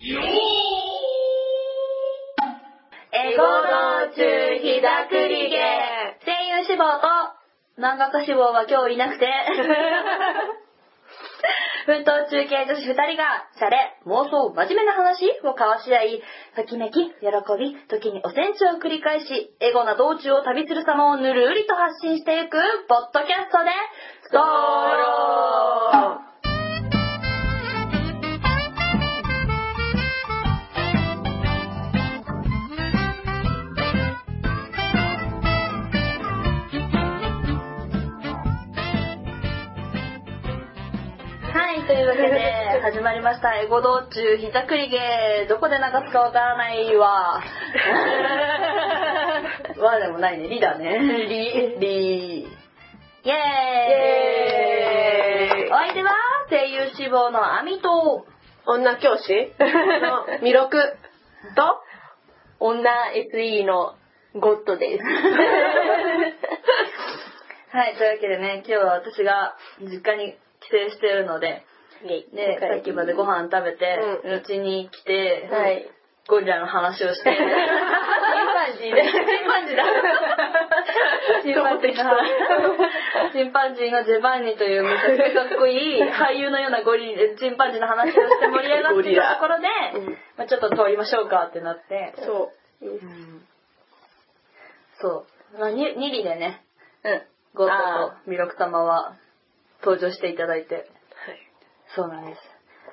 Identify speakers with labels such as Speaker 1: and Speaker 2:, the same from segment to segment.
Speaker 1: よー
Speaker 2: エゴ道中ひだくりげ声優志望と漫画家志望は今日いなくて奮闘中継女子2人がシャレ妄想真面目な話を交わし合いときめき喜び時におせんちを繰り返しエゴな道中を旅する様をぬるうりと発信していくポッドキャストでストローはい、というわけで始まりました「エゴ道中ひざくりゲー」どこで流すかわからないわ わでもないねリだねリリイエ
Speaker 3: イ
Speaker 2: ーイ
Speaker 3: エーイ
Speaker 2: お相手は声優志望のアミと
Speaker 3: 女教師の弥勒と、
Speaker 4: 女 SE のゴッ ドです。
Speaker 2: はいというわけでね今日は私が実家に帰省してるのでねさっきまでご飯食べて
Speaker 3: う
Speaker 2: うち、に来て、
Speaker 4: はい。
Speaker 2: ゴリラの話をして。チンパンジーで。チンパンジーだ。チンパンジーが、チンパンジーのジェバンニというめちゃくちゃかっこいい俳優のようなゴリラ、チンパンジーの話をして盛り上がっているところで
Speaker 3: ゴリラうん、
Speaker 2: まあちょっと通りましょうかってなって、
Speaker 3: そう。
Speaker 2: そう。まあ、に2里でね、
Speaker 4: うん。
Speaker 2: ゴッド
Speaker 4: あ
Speaker 2: と弥勒様は登場していただいて、そうなんです。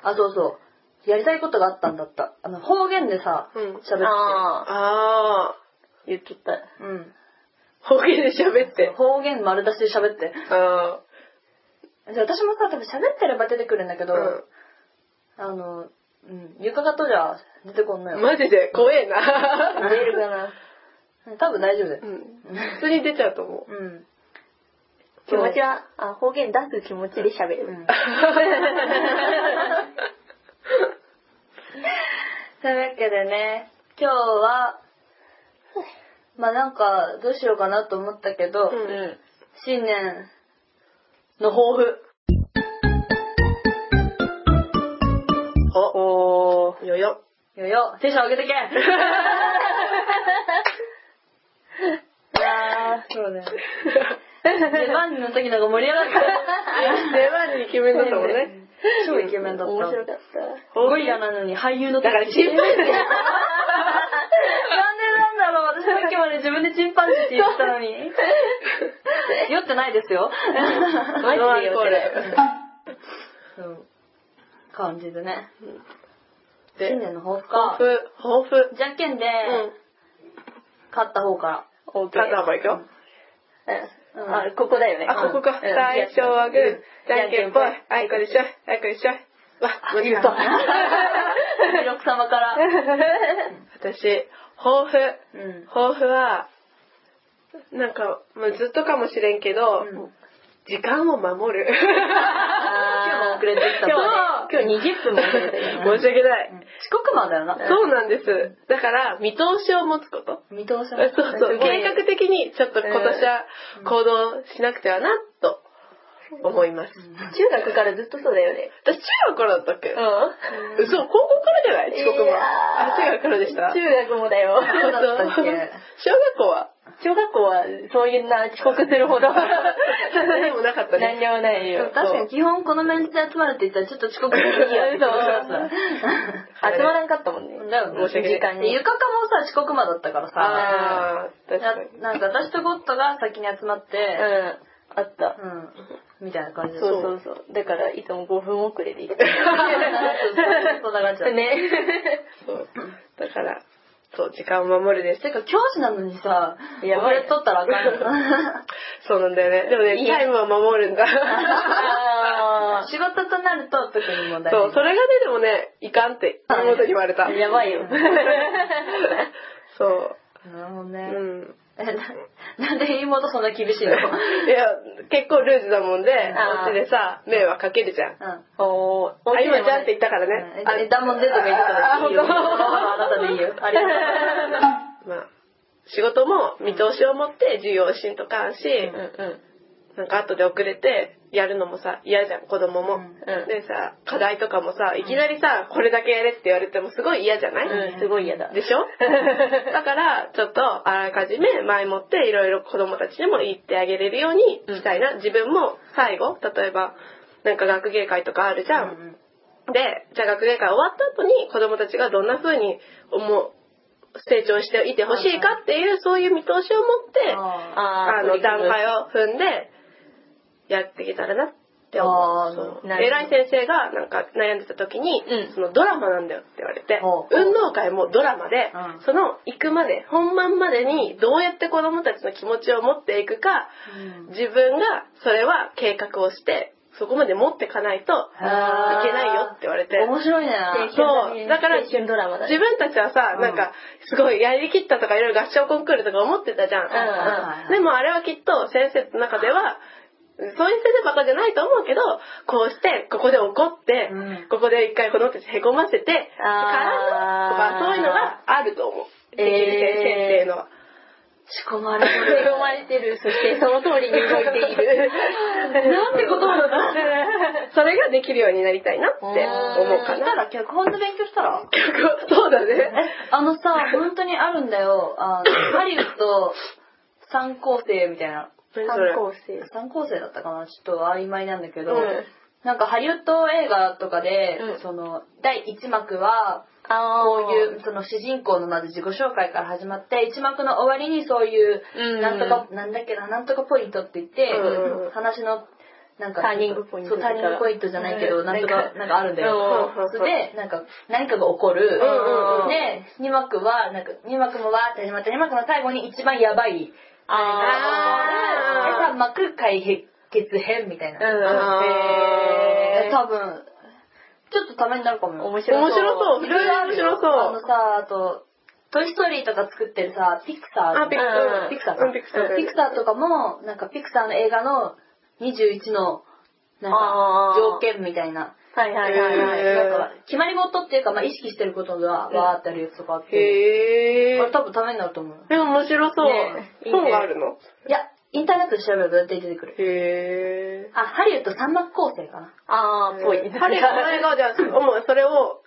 Speaker 2: あ、そうそう。やりたいことがあったんだった。あの、方言でさ、
Speaker 3: うん
Speaker 2: 喋って。
Speaker 4: ああ、
Speaker 3: あ
Speaker 4: 言っとった。
Speaker 2: うん。
Speaker 3: ー、方言で喋 って。
Speaker 2: 方言丸出しで喋って。
Speaker 3: あ
Speaker 2: で私もさ多分喋ってれば出てくるんだけ
Speaker 3: ー
Speaker 2: ど、あの、うん、床がとじゃ出てこんの
Speaker 3: う
Speaker 2: よ
Speaker 3: ん。マジで怖え
Speaker 4: 出
Speaker 3: な。
Speaker 4: るかな。
Speaker 2: 多分大丈夫だよ
Speaker 3: う、ん。普通に出ちゃうと思う。
Speaker 2: うん
Speaker 4: 気持ちは、あ、方言出す気持ちで喋る。
Speaker 2: うんというわけでね今日はまあなんかどうしようかなと思ったけど、
Speaker 3: うん
Speaker 2: 新年の抱負
Speaker 3: お、
Speaker 4: おー。
Speaker 3: よよ。
Speaker 2: よよテンション上げ てけいやーそうだよ 出番の時なんか盛り上 がって
Speaker 3: 出番に決めだったもんね。
Speaker 2: 超イケメンだった。
Speaker 4: 面白かっ
Speaker 2: ゴリラなのに俳優の
Speaker 3: だから チンパンジー
Speaker 2: なんでなんだろう私さっきまで自分でチンパンジーって言ってたのに。酔ってないですよ。
Speaker 3: マジでよこれ。
Speaker 2: そう。感じでね。
Speaker 3: で
Speaker 2: 新年の抱負
Speaker 3: 抱
Speaker 2: か。
Speaker 3: 負、抱負。
Speaker 2: じゃんけんで、
Speaker 3: うん。
Speaker 2: 勝った方から。
Speaker 4: た。オーケー
Speaker 3: 肩幅いくよ。
Speaker 2: う
Speaker 4: う
Speaker 2: ん
Speaker 4: ん。あ、ここだよね。
Speaker 3: あ、ここか。
Speaker 4: う
Speaker 3: 最
Speaker 4: ん
Speaker 3: 初はグー、じゃんけんぽい
Speaker 4: じゃん。
Speaker 3: あいこでしょ、あいこでしょ。わ、間違えた。
Speaker 2: 弥勒様から。
Speaker 3: 私、抱負。
Speaker 2: うん。
Speaker 3: 抱負は、なんか、まあ、ずっとかもしれんけど、
Speaker 2: うん
Speaker 3: 時間を守 る。
Speaker 2: 今日も遅れてきた
Speaker 3: 今日
Speaker 2: 今日20分も遅れてきた。
Speaker 3: 申し訳ない。
Speaker 2: うん遅刻魔だよな。
Speaker 3: そうなんです。だから、見通しを持つこと。
Speaker 2: 見通し
Speaker 3: そ
Speaker 2: な
Speaker 3: う
Speaker 2: い
Speaker 3: そう。計画的に、ちょっと今年は行動しなくてはな、と思います。
Speaker 4: 中学からずっとそうだよね。
Speaker 3: 私、中学からだったっけ
Speaker 4: う
Speaker 3: 嘘、高校からじゃない遅刻
Speaker 4: いやー
Speaker 3: は。あ、中学からでした。
Speaker 4: 中学もだよ。
Speaker 2: 学だったっ
Speaker 3: 本当
Speaker 2: け
Speaker 3: 小学校は
Speaker 4: 小学校はそういうな遅刻するほど
Speaker 3: 何もなかった
Speaker 4: 何
Speaker 3: ね。
Speaker 4: にもないよ。
Speaker 2: 確かに基本このメンツで集まるって言ったらちょっと遅刻するいいよ。
Speaker 4: そう
Speaker 2: だ
Speaker 4: 集まらんかったもんね。
Speaker 2: よね。
Speaker 3: 申し訳ない
Speaker 4: 時間
Speaker 2: で、
Speaker 4: に。
Speaker 2: ゆかかもさ、遅刻魔だったからさ。
Speaker 3: ああ、確かに。
Speaker 2: ななんか私とゴッドが先に集まっ
Speaker 4: う
Speaker 2: て、
Speaker 4: ん。あった。
Speaker 2: うん。みたいな感じで。
Speaker 4: そう
Speaker 2: そう。
Speaker 4: そうそう。だから、いつも5分遅れで行っ
Speaker 2: そんな感じだ
Speaker 4: て。
Speaker 2: っ
Speaker 4: ね。
Speaker 3: そう。だから、そう、時間を守るです
Speaker 2: た。。てか、教師なのにさ、
Speaker 4: や
Speaker 2: 遅
Speaker 4: ばい
Speaker 2: れとったらあか
Speaker 3: そうなんだよね。でも
Speaker 4: い
Speaker 3: ね、
Speaker 4: い
Speaker 3: タイムは守るんだ。
Speaker 4: あ
Speaker 2: ん。仕事となると特に問題ない
Speaker 3: そう、それがね、でもね、いかんって、妹に言われた
Speaker 4: ー。。やば いよ。
Speaker 3: そ
Speaker 2: なるほど
Speaker 3: う。う
Speaker 2: ね。
Speaker 3: ん。
Speaker 2: え、ななんで妹そんな厳し い
Speaker 3: い
Speaker 2: の
Speaker 3: や、結構ルーズだもんで、こ
Speaker 4: あー
Speaker 3: っちでさ、迷惑かけるじゃん。
Speaker 2: うん。
Speaker 4: おー。
Speaker 3: あ、今じゃんって言ったからね。
Speaker 2: え、ダモンデートがいるからいいよ。
Speaker 3: あ本当
Speaker 2: あなたでいいよ。ありがと
Speaker 3: まあ、仕事も見通しを持って授業をしんとかんし、
Speaker 4: うんうん。
Speaker 3: なんか後で遅れて、やるのもさ、嫌じゃん、子供も。
Speaker 2: うん
Speaker 4: うん
Speaker 3: でさ、課題とかもさ、いきなりさ、これだけやれって言われてもすごい嫌じゃない、
Speaker 4: うん、すごい嫌だ。
Speaker 3: でしょだから、ちょっとあらかじめ前もっていろいろ子供たちにも言ってあげれるようにしたいな。自分も最後、例えば、なんか学芸会とかあ るじゃん。
Speaker 2: うん
Speaker 3: で、じゃあ学芸会終わった後に子供たちがどんな風に思う、成長していてほしいかっていう、そういう見通しを持って、
Speaker 2: あ
Speaker 4: あ
Speaker 3: あ
Speaker 4: ー
Speaker 3: の、段階
Speaker 4: を。
Speaker 3: を踏んで、やっていけたらなって
Speaker 2: あ
Speaker 3: 思
Speaker 2: ー
Speaker 3: うそう。
Speaker 4: なるほど
Speaker 3: 偉い先生がなんか悩んでた時に、
Speaker 4: うん
Speaker 3: そのドラマなんだよって言われて、
Speaker 2: ほう
Speaker 3: 運動会もドラマで、
Speaker 2: うん
Speaker 3: その行くまで、本番までにどうやって子供たちの気持ちを持っていくか、
Speaker 2: ー
Speaker 3: 自分がそれは計画をして、そこまで持ってかないといけないよって言われて、
Speaker 2: 面白いね。
Speaker 3: そうだから
Speaker 4: 青春ドラマだ
Speaker 3: 自
Speaker 4: ね。
Speaker 3: 分たちはさ、
Speaker 2: うん
Speaker 3: なんか、すごいやりきったとかいろいろ合唱コンクールとか思ってたじゃん。
Speaker 2: んうん
Speaker 3: でもあれはきっと先生の中では、そういう先生ばっかじゃないと思うけど、こうして、ここで怒って、
Speaker 2: うん
Speaker 3: ここで一回子供たちへこませて、からのとか、
Speaker 4: あー
Speaker 3: そういうのがあると思う。で
Speaker 4: えー
Speaker 3: きる先生っていうのは。
Speaker 2: 仕込まれて
Speaker 4: 恵
Speaker 2: る。
Speaker 4: まれてる。そしてその通りに動いている。
Speaker 2: なんてことなんだ。
Speaker 3: それができるようになりたいなって思うか
Speaker 2: した
Speaker 3: な。
Speaker 2: ら脚本の勉強し たら
Speaker 3: そうだね。
Speaker 2: あのさ、本当にあるんだよ。あの、ハリウッド三校生みたいな。
Speaker 3: 何それ
Speaker 4: 反抗生。
Speaker 2: 三校生だったかなちょっと曖昧なんだけど、
Speaker 3: うん
Speaker 2: なんかハリウッド映画とかで、
Speaker 3: うん
Speaker 2: その、第1幕は、
Speaker 4: あ
Speaker 2: こういう、その主人公のまず自己紹介から始まって、1幕の終わりにそういう、
Speaker 4: うん
Speaker 2: なんとか、なんだっけな、なんとかポイントって言って、
Speaker 3: うん
Speaker 2: 話の、なんか、
Speaker 4: ターニングポイント
Speaker 2: そう、ターニングポイントじゃないけど、
Speaker 4: うん
Speaker 2: なんとか、なんかあるんだよ。
Speaker 3: うん
Speaker 2: それで、なんか、何かが起こる。
Speaker 3: うんうんうん
Speaker 2: で、2幕は、なんか、2幕もわーって始まって、2幕の最後に一番やばい。
Speaker 3: あー
Speaker 2: で、3幕解決編みたいな。
Speaker 4: うん
Speaker 2: え
Speaker 3: へ
Speaker 2: ー多分、ちょっとためになるかもよ。
Speaker 4: 面白
Speaker 3: 面白
Speaker 4: そう。
Speaker 3: そう。
Speaker 2: いろいろあるよ
Speaker 3: 面白そう。
Speaker 2: あのさ、あと、トイストーリーとか作ってるさ、ピクサー。
Speaker 3: あ、ピク
Speaker 4: サ
Speaker 3: サ
Speaker 4: ー
Speaker 3: ー。
Speaker 2: ピクサー
Speaker 3: う
Speaker 2: か。
Speaker 3: ん、ピクサー。
Speaker 2: ピクサーとかも、なんかピクサーの映画の21の、なん
Speaker 4: あ
Speaker 2: か
Speaker 4: ー、
Speaker 2: 条件みたいな。
Speaker 4: はいはいはい
Speaker 3: へ
Speaker 4: は
Speaker 3: ー
Speaker 4: い。
Speaker 2: なんか、決まり事っていうか、まあ意識してることがわーってあるやつとかあって、
Speaker 3: へ
Speaker 2: これ
Speaker 3: ー。
Speaker 2: 多分ためになると思う。
Speaker 3: え、面白そう。
Speaker 4: ねいいね
Speaker 3: 本があるの
Speaker 2: いや、インターネットで調べると大体出てくる。
Speaker 3: へー。
Speaker 2: あ、ハリウッド三幕構成かな。
Speaker 4: あー、ぽい。
Speaker 3: 彼が、この映画では、もうそれを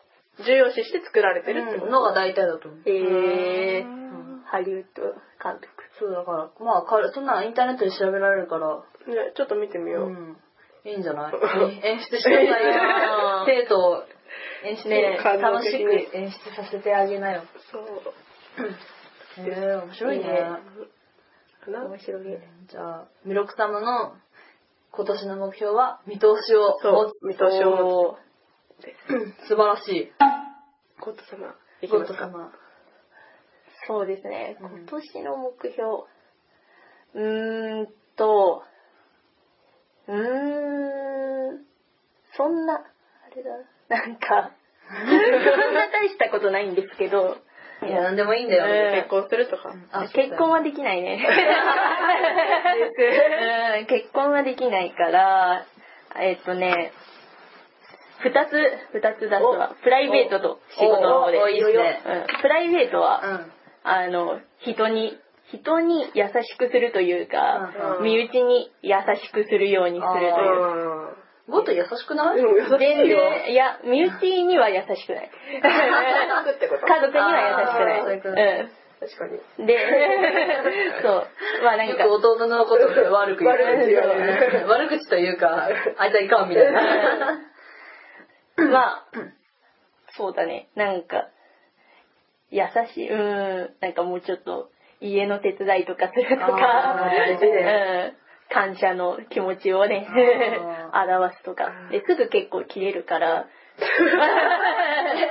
Speaker 3: 重要視して作られてるってこ
Speaker 2: うん、
Speaker 3: と。
Speaker 2: のが大体だと思う。
Speaker 4: へー
Speaker 3: うん
Speaker 4: ハリウッド監督。
Speaker 2: そうだから、まあか、そんなのインターネットで調べられるから、
Speaker 3: ね、ちょっと見てみよ
Speaker 2: う
Speaker 3: う。
Speaker 2: ん。いいんじゃない
Speaker 3: え
Speaker 2: 演出してくださいよ
Speaker 4: あー
Speaker 2: 生徒を演出で
Speaker 3: ね感動
Speaker 2: 楽し
Speaker 3: 的に
Speaker 2: く演出させてあげなよ。
Speaker 3: そう。
Speaker 2: へえ、面白いね
Speaker 4: いいね。
Speaker 3: かな
Speaker 4: 面白い。
Speaker 2: じゃあ、弥勒様の今年の目標は見通しを
Speaker 3: そう
Speaker 2: 持つ。
Speaker 3: 見通しを持つ
Speaker 2: おー。素晴らしい。
Speaker 3: ゴッド様、いき
Speaker 2: ゴ
Speaker 3: ま
Speaker 2: ッ
Speaker 3: す
Speaker 2: ド
Speaker 3: か。
Speaker 2: 様。
Speaker 4: そうですね。
Speaker 2: うん
Speaker 4: 今年の目 標。うーんと、うーん、そんな、あれだ、なんか、そんな大したことないんですけど、
Speaker 2: いや、なんでもいいんだよ。
Speaker 3: 結婚するとか。
Speaker 2: あ
Speaker 4: 結婚はできないね。うん結婚はできないから、えっとね、二つ、二つ出すわ。プライベートと仕事の方で。
Speaker 2: おおおいいっすね
Speaker 4: うんプライベートは、
Speaker 2: うん。
Speaker 4: あの、人に、人に優しくするというか、
Speaker 3: うん
Speaker 4: 身内に優しくするようにすると
Speaker 3: う
Speaker 4: いうか。
Speaker 3: ん。
Speaker 2: ゴッド優しくない
Speaker 3: うん、優し
Speaker 4: 全
Speaker 3: いよ。
Speaker 4: 然、いや、身内には優しくない。
Speaker 3: 家族ってこと
Speaker 4: 家族には優しく
Speaker 2: あー
Speaker 4: ない。
Speaker 3: 確かに。
Speaker 4: う ん。で、そう。まあなん
Speaker 2: よ
Speaker 4: か
Speaker 2: く、弟のことで悪く言う。
Speaker 3: 悪口言われる
Speaker 2: 悪口というか、あいつはいかんみたいな。
Speaker 4: まあ、そうだね。なんか、優しい、うーん、なんかもうちょっと、家の手伝いとかすると
Speaker 2: あ
Speaker 4: か、
Speaker 2: ー大事
Speaker 4: うん感謝の気持ちをね、
Speaker 2: あ
Speaker 4: 表すとか。で、すぐ結構切れるから、
Speaker 2: え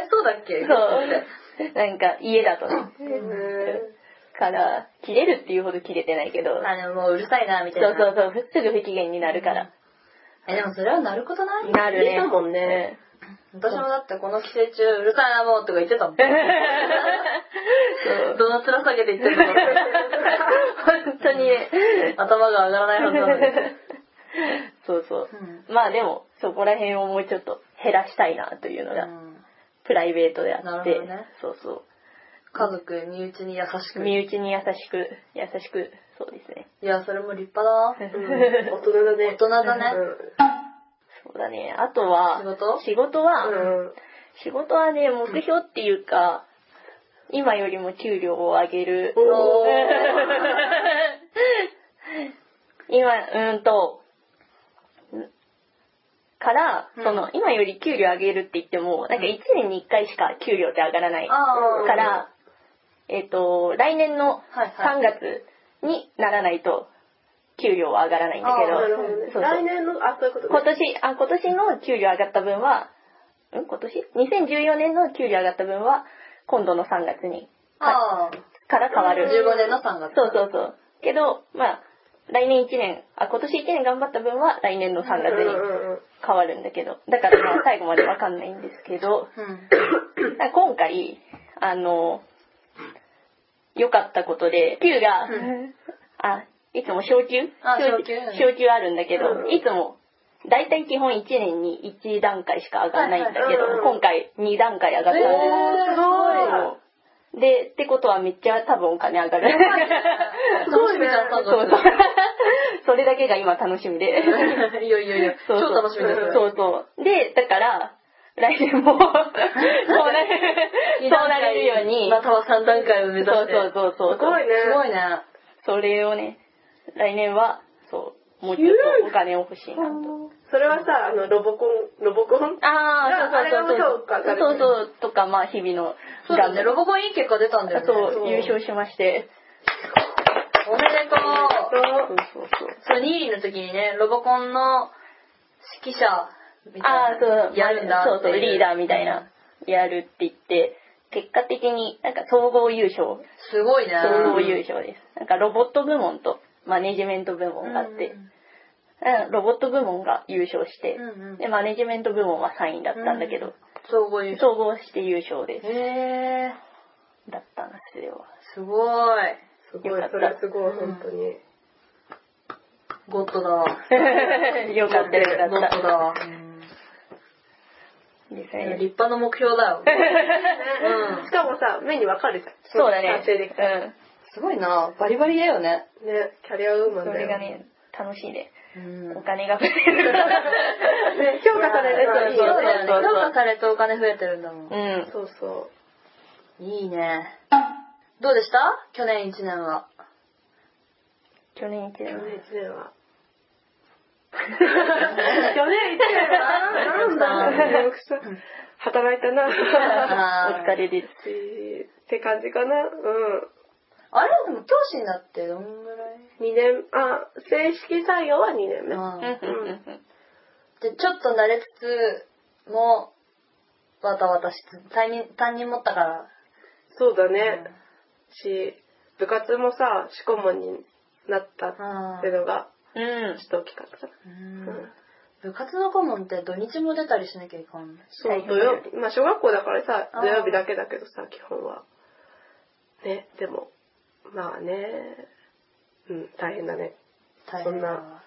Speaker 2: そうだっけ
Speaker 4: そう、なんか家だとね、から、切れるっていうほど切れてないけど、
Speaker 2: あでももううるさいなみ
Speaker 4: そ
Speaker 2: たい
Speaker 4: う
Speaker 2: な。
Speaker 4: そうそう、すぐ不機嫌になるから。
Speaker 2: えでもそれはなることない
Speaker 4: なる
Speaker 3: いい
Speaker 4: ね。
Speaker 3: だもんね
Speaker 2: 私もだってこの帰省中うるさいなもうとか言ってた もん。
Speaker 4: うん。そう
Speaker 2: どの面下げて言ってるの
Speaker 4: 本当にね、
Speaker 2: 頭が上がらないはずな のに。
Speaker 4: そうそう。まあでも、そこら辺をもうちょっと減らしたいなというのが、
Speaker 2: うん
Speaker 4: プライベートであって、
Speaker 2: なるほどね
Speaker 4: そうそ
Speaker 2: 家族、身内に優し
Speaker 4: う。
Speaker 2: く。
Speaker 4: 身内に優しく、優しく、そうですね。
Speaker 2: いや、それも立派だな。
Speaker 3: うん大人だね。
Speaker 2: 大人だね
Speaker 4: そうだね。あとは、
Speaker 2: 仕事
Speaker 4: 仕事は、
Speaker 3: うん。うん
Speaker 4: 仕事はね、目標っていうか、今よりも給料を上げる。
Speaker 3: おー
Speaker 4: 今、うーんと、んから、
Speaker 2: うん
Speaker 4: その、今より給料上げるって言っても、なんか1年に1回しか給料って上がらない。か
Speaker 2: ああ。
Speaker 4: ら、えっ、と、来年
Speaker 2: は
Speaker 4: の
Speaker 2: いはい
Speaker 4: 3月にならないと、給料は上がらないんだけ
Speaker 2: あー
Speaker 3: な
Speaker 4: ど
Speaker 3: る、ほど
Speaker 4: そう
Speaker 3: ね。
Speaker 4: そう
Speaker 3: 来年の、あ、そういうこと
Speaker 4: 今
Speaker 3: ね。
Speaker 4: 年、あ、今年の給料上がった分は、ん今年 ?2014 年の給料上がった分は、今度の3月に、か
Speaker 2: ああ。
Speaker 4: から変わる。
Speaker 2: 15年の3月。
Speaker 4: そうそうそう。けど、まあ、来年1年、あ、今年1年頑張った分は来年の3
Speaker 3: う
Speaker 4: 月
Speaker 3: ん
Speaker 4: に
Speaker 3: うんうん。
Speaker 4: 変わるんだけど、だからまあ最後までわかんないんですけど、
Speaker 2: うん。
Speaker 4: だから今回、あの、良かったことで、給が、
Speaker 2: うん
Speaker 4: あ、いつも昇給
Speaker 2: あ昇給
Speaker 4: 昇給あるんだけど、
Speaker 3: うん
Speaker 4: いつも、だいたい基本1年に1段階しか上がらないんだけど、
Speaker 3: はいはいうん
Speaker 4: 今回2段階上がったん
Speaker 2: え
Speaker 4: で
Speaker 2: ーすごい。
Speaker 4: すよで、ってことはめっちゃ多分お金上がる。
Speaker 2: すごいね。
Speaker 4: そう そう。それだけが今楽しみ で。
Speaker 2: いやいやいや、超
Speaker 4: そうそう
Speaker 2: 楽しみです。
Speaker 4: そうそう。で、だから、来年 も、そうな る、そうなれるように、
Speaker 2: または3段階を目
Speaker 4: そう
Speaker 2: 指して。
Speaker 4: そうそうそ
Speaker 3: す
Speaker 4: う。
Speaker 3: ごいね
Speaker 2: すごいね。
Speaker 4: それをね、来年は、そう、もうちょっとお金を欲しいなと。
Speaker 3: それはさ、あの、ロボコン、ロボコン
Speaker 4: あ
Speaker 3: ー
Speaker 4: あ、そう
Speaker 3: あ
Speaker 4: そうそう
Speaker 3: れも評価されてる
Speaker 4: そう。そうそう、とか、まあ、日々の、
Speaker 2: そうだね、ロボコンいい結果出たんだよね。
Speaker 4: そう、優勝しまして。
Speaker 2: おめでとう。
Speaker 4: そうそうそう。
Speaker 2: そう、ニーリの時にね、ロボコンの指揮者みたいな。
Speaker 4: ああ、そう、
Speaker 2: やるんだ。
Speaker 4: そうそう、リーダーみたいな。、やるって言って、結果的になんか総合優勝、
Speaker 2: すごいね。
Speaker 4: 総合優勝です。なんかロボット部門とマネジメント部門があって、うんロボット部門が優勝して
Speaker 2: う、んうん
Speaker 4: で、マネジメント部門は3位だったんだけど、
Speaker 2: 総合優勝。
Speaker 4: 総合して優勝です。
Speaker 2: へえ、
Speaker 4: だったんですよ。
Speaker 2: すごい。
Speaker 3: すごい、それはすごい、本当に。
Speaker 2: ゴッドだわ。
Speaker 4: よかったよ
Speaker 2: ゴ
Speaker 4: かっ
Speaker 2: ッドだ
Speaker 4: た。
Speaker 2: わ。
Speaker 4: です
Speaker 2: 立
Speaker 4: ね。
Speaker 2: 派な目標だ よ。うん
Speaker 3: しかもさ、目にわかるじゃん。
Speaker 4: そうだね。
Speaker 3: 達成できた。ね、
Speaker 2: すごいな。バリバリだよね。
Speaker 3: キャリアウー
Speaker 4: う
Speaker 3: マ
Speaker 4: ん。
Speaker 3: ン
Speaker 4: そ
Speaker 3: だ
Speaker 4: れ
Speaker 3: よ。
Speaker 4: がね、楽しい
Speaker 2: う
Speaker 4: ね。
Speaker 2: ん
Speaker 4: お金が増える。
Speaker 3: ね評価されるといい
Speaker 2: そう
Speaker 3: よ
Speaker 2: だ
Speaker 3: ね。
Speaker 2: よね。評価されてお金増えてるんだもん。
Speaker 4: うん。
Speaker 3: そうそう。
Speaker 2: いいね。どうでした去年1年は。
Speaker 4: 去年一
Speaker 3: 去
Speaker 4: 年
Speaker 3: 年1年は。去年1年はなんだろう。働いたな。
Speaker 4: お疲れです。
Speaker 3: って感じかな。うん。
Speaker 2: あれでも教師になってどんぐらい
Speaker 3: 2年、あ、正式採用は2年目。
Speaker 2: ああ
Speaker 4: うんうんうん
Speaker 2: で、ちょっと慣れつつも、わたわたしつつ、担任、担任持ったから。
Speaker 3: そうだね。し、部活もさ、しこもになったってのが、
Speaker 4: うん
Speaker 3: ちょっと大きかったな。
Speaker 2: うん
Speaker 3: うん
Speaker 2: 部活の顧問って土日も出たりしなきゃいかんない。
Speaker 3: そ
Speaker 4: 大
Speaker 3: う、
Speaker 4: 変
Speaker 3: 土
Speaker 4: だ
Speaker 3: 曜
Speaker 4: よ
Speaker 3: 日。まあ、小学校だからさ、
Speaker 2: あー
Speaker 3: 土曜日だけだけどさ、基本は。ね、でも、まあね、うん、大変だね。
Speaker 2: 大
Speaker 3: そ
Speaker 2: 変
Speaker 3: ん
Speaker 2: だ
Speaker 3: な
Speaker 2: わ。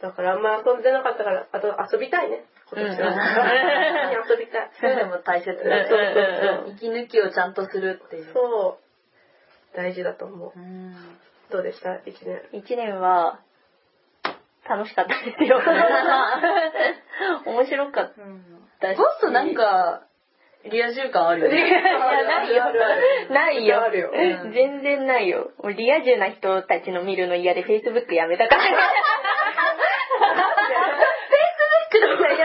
Speaker 3: だから、あんま遊んでなかったから、あと遊びたいね。今年は。
Speaker 4: うん
Speaker 3: 本当に遊びたい。
Speaker 2: そういうのも大切だ
Speaker 3: うん
Speaker 2: ね。
Speaker 3: そうそう
Speaker 2: 息抜きをちゃんとするっていう。
Speaker 3: そう。そう。大事だと思う。
Speaker 2: うん。
Speaker 3: どうでした一年。
Speaker 4: 一年は、楽しかったです よ。面白かっ
Speaker 2: うん
Speaker 4: たし。
Speaker 2: ゴストなんか、リア充感あるよね。
Speaker 4: いや、ないよ
Speaker 3: あるある。
Speaker 4: ないよ
Speaker 3: あるよ
Speaker 2: うん
Speaker 4: 全然ないよ。もうリア充な人たちの見るの嫌で Facebook やめたから。
Speaker 2: ちょっとさ、 やた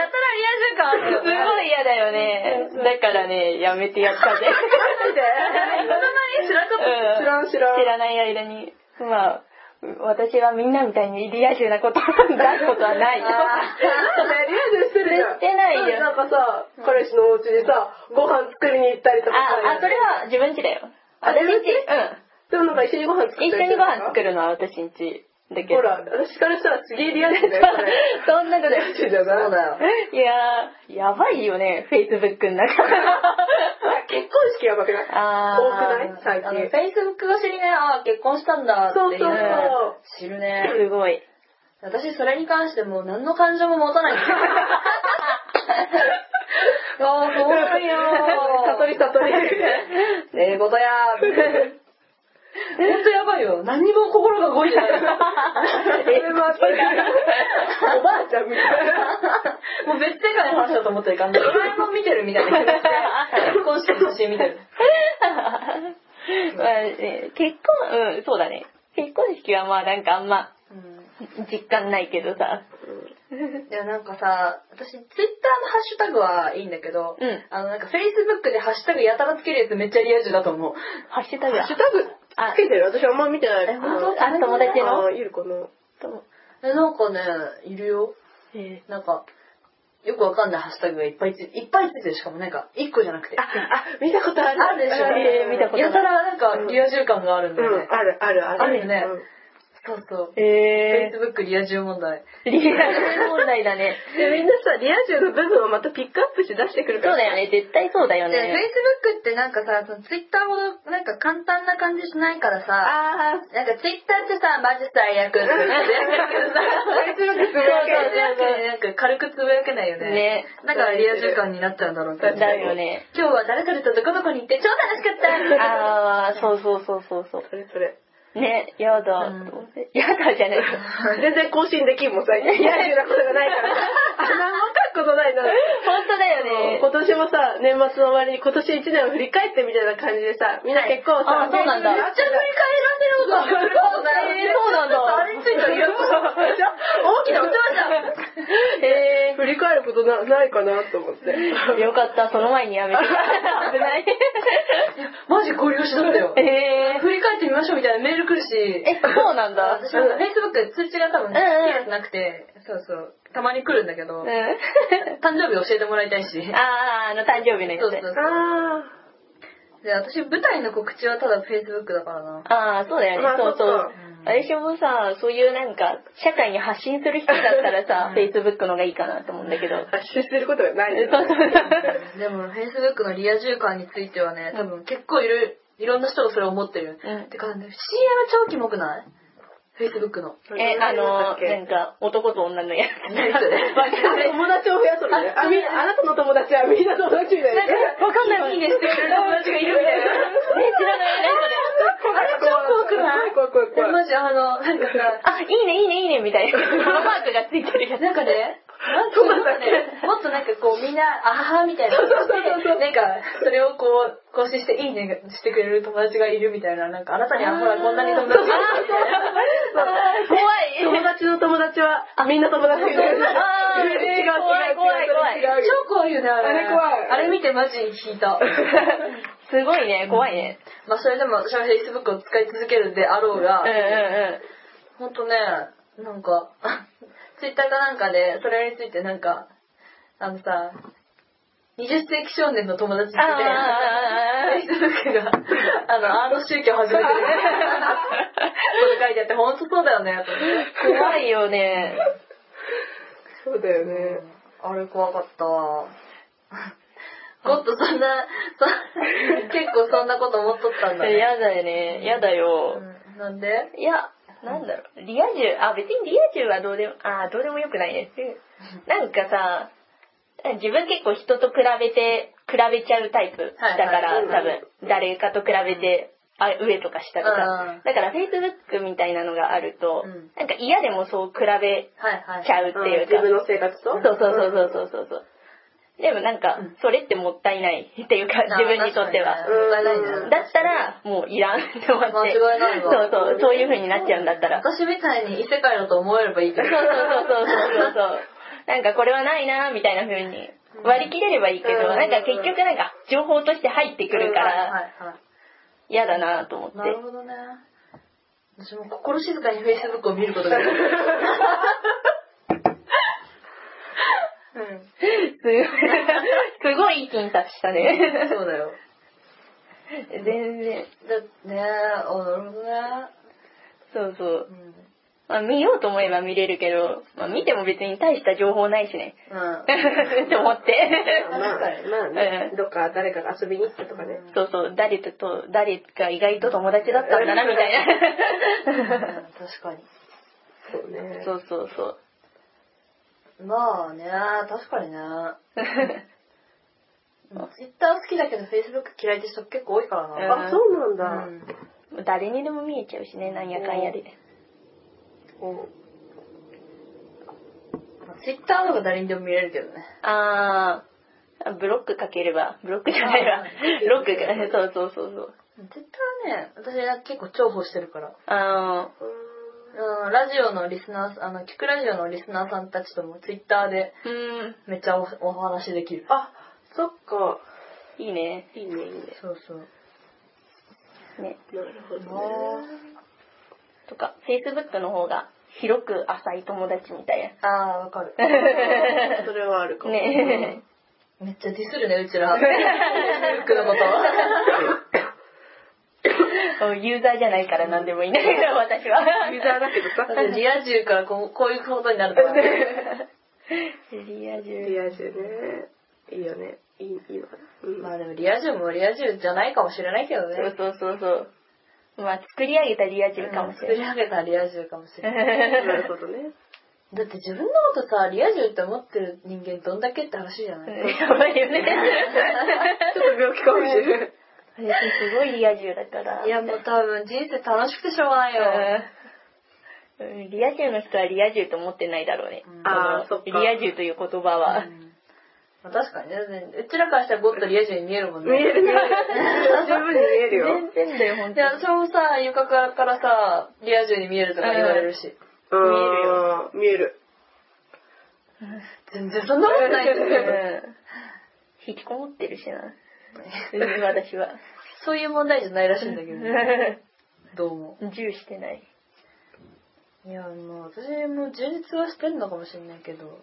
Speaker 2: らリア充感ある
Speaker 4: す
Speaker 2: よ
Speaker 4: ご
Speaker 2: ね。
Speaker 4: い嫌だよね。だからね、やめてやったね。
Speaker 3: マジで
Speaker 2: 知らなかった。
Speaker 4: うん
Speaker 3: 知らん知らん。
Speaker 4: 知らない間に、まあ、私はみんなみたいにリア充なことを出すことはない。
Speaker 2: あ
Speaker 3: えなんかね、リアルしてるじゃん。
Speaker 4: してないよ
Speaker 3: なんかさ、彼氏のお家にさ、ご飯作りに行ったりとかさ
Speaker 4: あ、あ、それは自分家だよ。
Speaker 3: あ
Speaker 4: 私ん
Speaker 3: 自分
Speaker 4: ち、
Speaker 3: 家
Speaker 4: う
Speaker 3: でもなんか一緒にご飯作ったり
Speaker 4: ん。一緒にご飯作
Speaker 3: る。
Speaker 4: るのは私んちだけど。
Speaker 3: ほら、私からしたらすげえリアルだよ、これ。
Speaker 4: そんな こと
Speaker 3: リアルじゃない
Speaker 2: そうだよ。
Speaker 4: いやー、やばいよね、Facebook の中。
Speaker 3: 結婚式やばくない
Speaker 4: あ
Speaker 3: 多く
Speaker 4: ー、
Speaker 3: ない最
Speaker 2: あの、
Speaker 3: 近。
Speaker 2: Facebook 越しにね、ああ、結婚したんだっていう
Speaker 3: そうそう
Speaker 2: のを知るね。
Speaker 4: すごい。
Speaker 2: 私、それに関してもう何の感情も持た ない。ああ、そうなんよ。
Speaker 3: 悟り悟り。
Speaker 2: ええことや。ほんとやばいよ。何にも心が動いて ない。俺はやっぱりおばあちゃんみたい な。もう別世界の話だと思ったらいかんない。ドラえもん見てるみたいな気 持ちで、結婚式の写真見てる。
Speaker 4: まあね結婚、うん、そうだね。結婚式はまあなんかあんま実感ないけどさ。
Speaker 2: いやなんかさ、私ツイッターのハッシュタグはいいんだけど、
Speaker 4: うん
Speaker 2: あのなんかフェイスブックでハッシュタグやたらつけるやつめっちゃリア充だと思う。
Speaker 4: ハッシュタグ
Speaker 3: ハッシュタグつけてる私あんま見てない。
Speaker 2: え本当
Speaker 4: あ友達の
Speaker 3: あいるかな。
Speaker 2: え、なんかね、いるよ。
Speaker 4: え
Speaker 2: なんか、よくわかんないハッシュタグがいっぱいついて、いっぱいついてるしかもなんか、一個じゃなくて。
Speaker 3: あ、あ、見たことある。
Speaker 2: あるでしょ
Speaker 4: えー見たことない
Speaker 2: やたらなんか、リア充感があるん
Speaker 3: う
Speaker 2: だよね
Speaker 3: ん、。ある、ある、ある。
Speaker 2: あるよね
Speaker 3: うん
Speaker 2: そうそう。
Speaker 4: ー、え
Speaker 2: Facebook リア充問題。
Speaker 4: ー、リアル問題 だね。
Speaker 3: でみんなさ、リア充の部分をまたピックアップして出してく
Speaker 4: そう
Speaker 3: るから。
Speaker 4: だよね、絶対そうだよ
Speaker 2: で、
Speaker 4: ね。
Speaker 2: Facebook ってなんかさ、その Twitter ほどなんか簡単な感じしないからさ、
Speaker 3: あー、
Speaker 2: なんか Twitter ってさ、マジ最悪って言ってやるけどさ、
Speaker 3: Facebook つぶやける
Speaker 2: Facebook になんか軽くつぶやけないよね。
Speaker 4: ね
Speaker 2: だからリア充感になっちゃうんだろうけど
Speaker 4: だよね。
Speaker 2: 今日は誰々とどこどこに行って超楽しかった
Speaker 4: ああ、そうそうそうそうそ
Speaker 3: それそ れ。
Speaker 4: う。ね、やだ
Speaker 2: うん。
Speaker 4: やだじゃない。
Speaker 3: 全然更新できんもん、最近。リア充なことがないから。 あ、何も書くことないな。
Speaker 4: 本当だよね。
Speaker 3: 今年もさ、年末の終わりに今年1年を振り返ってみたいな感じでさ、みんな結構
Speaker 4: あ
Speaker 3: さ、
Speaker 4: そうなんだ
Speaker 2: めっちゃ振り返らせることがある
Speaker 4: えーそうなんだ
Speaker 2: あれについては言うこと大きなお世話じゃん
Speaker 4: え
Speaker 3: 振り返ることなないかなと思 って。
Speaker 4: ー、よかった、その前にやめて。危ない。
Speaker 2: マジゴリ押しだったよ。
Speaker 4: え
Speaker 2: 振り返ってみましょうみたいなメール来るし。
Speaker 4: ー、え、そうなんだ。
Speaker 2: 私も Facebook 通知が多分
Speaker 4: うんうん
Speaker 2: 切れてなくて、そうそう、たまに来るんだけど、
Speaker 4: う
Speaker 2: 誕生日教えてもらいたいし。
Speaker 4: ん。あー、あの誕生日のやつ。
Speaker 2: そうそうそう。
Speaker 3: あ
Speaker 2: で、私舞台の告知はただ Facebook だからな。
Speaker 4: ああ、そうだよね。
Speaker 3: まあ
Speaker 4: そうそ
Speaker 3: そっ
Speaker 4: う
Speaker 3: か。
Speaker 4: 私もさ、そういうなんか、社会に発信する人だったらさ、Facebook の方がいいかなと思うんだけど。
Speaker 3: ー、発信することがない
Speaker 4: そうそう
Speaker 2: でも Facebook のリア充感についてはね、多分結構いる、いろんな人がそれを思ってる。
Speaker 4: うん
Speaker 2: てかね、CM 超キモくない ?Facebook の。
Speaker 4: え、あの、
Speaker 3: な
Speaker 4: なんん
Speaker 3: か
Speaker 4: か、男と女のやつ。
Speaker 2: 何それ
Speaker 3: 友達を増やすのね。あみんなあなたの友達はみんな友達みたいな。
Speaker 2: わかんない。いいねしてくれる友達がいるみたいな。
Speaker 4: え、知らない。
Speaker 3: あれ超怖くない怖い怖い
Speaker 2: え
Speaker 3: 怖い。
Speaker 2: マジあの、なんかさ、
Speaker 4: あ、いいね、いいね、いいね、みた いな。このマークがついてるやつ。
Speaker 2: なんかね、なんかもっとね、もっとなんかこうみんな、あははみたいな感じで、なんかそれをこう、更新していいねがしてくれる友達がいるみたいな、なんかあなたにはほらこんなに友達がいるみたいな。
Speaker 4: 怖い。
Speaker 3: 友達の友達はみんな友達みたいな。
Speaker 4: あー
Speaker 3: 違う違う違う。
Speaker 4: 怖い怖い怖い
Speaker 3: 違うよ
Speaker 2: 超怖いよね、あれ。
Speaker 3: あれ怖い
Speaker 2: あれ見てマジ引い た。
Speaker 4: すごいね、怖いね。
Speaker 2: まあそれでも私は Facebook を使い続けるであろうが
Speaker 4: うん、う
Speaker 2: ほんとね、なんか、Twitter かなんかで、それについてなんか、あのさ、20世紀少年の友達って
Speaker 4: んうん。あーあーあーあー。
Speaker 2: Facebook が、あの、アート宗教始めてる。こと書いてあって、ほんとそうだよね、と思って
Speaker 4: 怖いよね。
Speaker 3: そうだよね。
Speaker 2: あれ怖かったわ。ゴッドそんな、そ結構そんなこと思っとったんだね。
Speaker 4: やだよね。やだよ。
Speaker 2: うんなんで
Speaker 4: いや、なんだろう、リア充、あ、別にリア充はどうでも、あー、どうでもよくないです。なんかさ、自分結構人と比べて、比べちゃうタイプ
Speaker 2: はいはい
Speaker 4: だから、
Speaker 2: うん
Speaker 4: 多分、誰かと比べて、あ上とか下と
Speaker 2: うん
Speaker 4: か。だから Facebook みたいなのがあると、
Speaker 2: うん
Speaker 4: なんか嫌でもそう比べ
Speaker 2: はいはい。
Speaker 4: ちゃうって
Speaker 3: うん
Speaker 4: いう
Speaker 3: 自
Speaker 4: か。
Speaker 3: 分の生活と
Speaker 4: そうそうそうそうそうそう。でもなんか
Speaker 2: うん、
Speaker 4: それってもったいない っていうか、自分にとって
Speaker 2: あー
Speaker 4: は。
Speaker 2: 確かにねもったいない
Speaker 3: うん
Speaker 2: ね
Speaker 4: だったら、もういらんって思って。
Speaker 2: 間違いないわ
Speaker 4: そうそう、そういう風になっちゃうんだったら。そう
Speaker 2: 私みたいに異世界だと思えればいいけ
Speaker 4: そう
Speaker 2: ど。
Speaker 4: そうそうそうそう。 なんかこれはないなみたいな風に割り切れればいいけど、
Speaker 3: うん
Speaker 4: なんか結局なんか情報として入ってくるか
Speaker 2: はいは
Speaker 4: ら
Speaker 2: いはい。
Speaker 4: 嫌だなと思って。
Speaker 2: なるほどね。私も心静かに Facebook を見ることができる。う
Speaker 4: すごい すごい一気に達したね
Speaker 2: ん、。 そうだよ。
Speaker 4: 全然。
Speaker 2: だねえ、あ、なるほどね。
Speaker 4: そうそう
Speaker 2: う。ん。
Speaker 4: まあ見ようと思えば見れるけど、まあ見ても別に大した情報ないしね。
Speaker 2: うん。
Speaker 4: って 思って。
Speaker 3: まあ、まあね
Speaker 4: う、ん
Speaker 3: どっか誰かが遊びに行ったとかね。
Speaker 4: そうそう、誰とと、誰が意外と友達だったんだな、みたい
Speaker 2: うん
Speaker 4: な。
Speaker 2: 確かに。
Speaker 3: そうね。
Speaker 4: そうそうそう。
Speaker 2: まあね、確かにね。ツイッター好きだけど、フェイスブック嫌いって人結構多いからな。
Speaker 3: あ、そうなんだ。
Speaker 2: うん
Speaker 4: 誰にでも見えちゃうしね、なんやかんやで。
Speaker 3: うん
Speaker 2: ツイッターの方が誰にでも見れるけどね。
Speaker 4: あー、ブロックかければ、ブロックじゃないわ
Speaker 2: あ。
Speaker 4: ロックが、そうそうそうそう。
Speaker 2: ツイッターね、私は結構重宝してるから。
Speaker 4: あ
Speaker 2: うん、ラジオのリスナー、あの、聞くラジオのリスナーさんたちともツイッターで
Speaker 4: ー、うん。
Speaker 2: めっちゃおお話できる。
Speaker 3: あ、そっか。
Speaker 4: いいね。
Speaker 3: いいね、いいね。
Speaker 2: そうそう。
Speaker 4: ね。
Speaker 3: なるほどね。
Speaker 4: とか、Facebook の方が広く浅い友達みたい
Speaker 2: ああ、わか る。
Speaker 3: それはあるか
Speaker 4: な。
Speaker 3: も。
Speaker 4: ね。
Speaker 2: めっちゃディスるね、うちら。 フェイスブックの こと。
Speaker 4: ユーザーじゃないから何でもいいんだけど、私は。
Speaker 3: ユーザーだけどさ。
Speaker 2: だってリア充からこうこういうことになるからね。
Speaker 4: リア充。
Speaker 3: リア充ね。いいよね。いい、いいわ。うん。
Speaker 2: まあでもリア充もリア充じゃないかもしれないけどね。
Speaker 4: そうそうそうそう。まあ、作り上げたリア充かもしれな
Speaker 2: 作
Speaker 4: い。
Speaker 2: り上げたリア充かもしれない。
Speaker 3: なるほどね。
Speaker 2: だって自分のことさ、リア充って思ってる人間どんだけって話じゃない、
Speaker 4: やばいよね。
Speaker 3: ちょっと病気かもしれない。
Speaker 4: 私すごいリア充だから。
Speaker 2: いやもう多分人生楽しくてしょうがないよ。
Speaker 4: うんリア充の人はリア充と思ってないだろうね。
Speaker 2: うん
Speaker 4: この
Speaker 3: あーそっか
Speaker 4: リア充という言葉は。
Speaker 2: まあ確かにね、うちらからしたらゴッとリア充に見えるもんね。
Speaker 3: 見える見える。十分に見えるよ。
Speaker 4: 全然だよ、ほん
Speaker 2: で、私もさ、床からからさ、リア充に見えるとか言われるし。
Speaker 3: あー見える。
Speaker 2: 全然そんなことないですよね。
Speaker 4: うん。引きこもってるしな。うん私は。
Speaker 2: そういう問題じゃないらしいんだけど、ね、どうも。
Speaker 4: 銃してない。
Speaker 2: いや、まあ私も充実はしてんのかもしれないけど、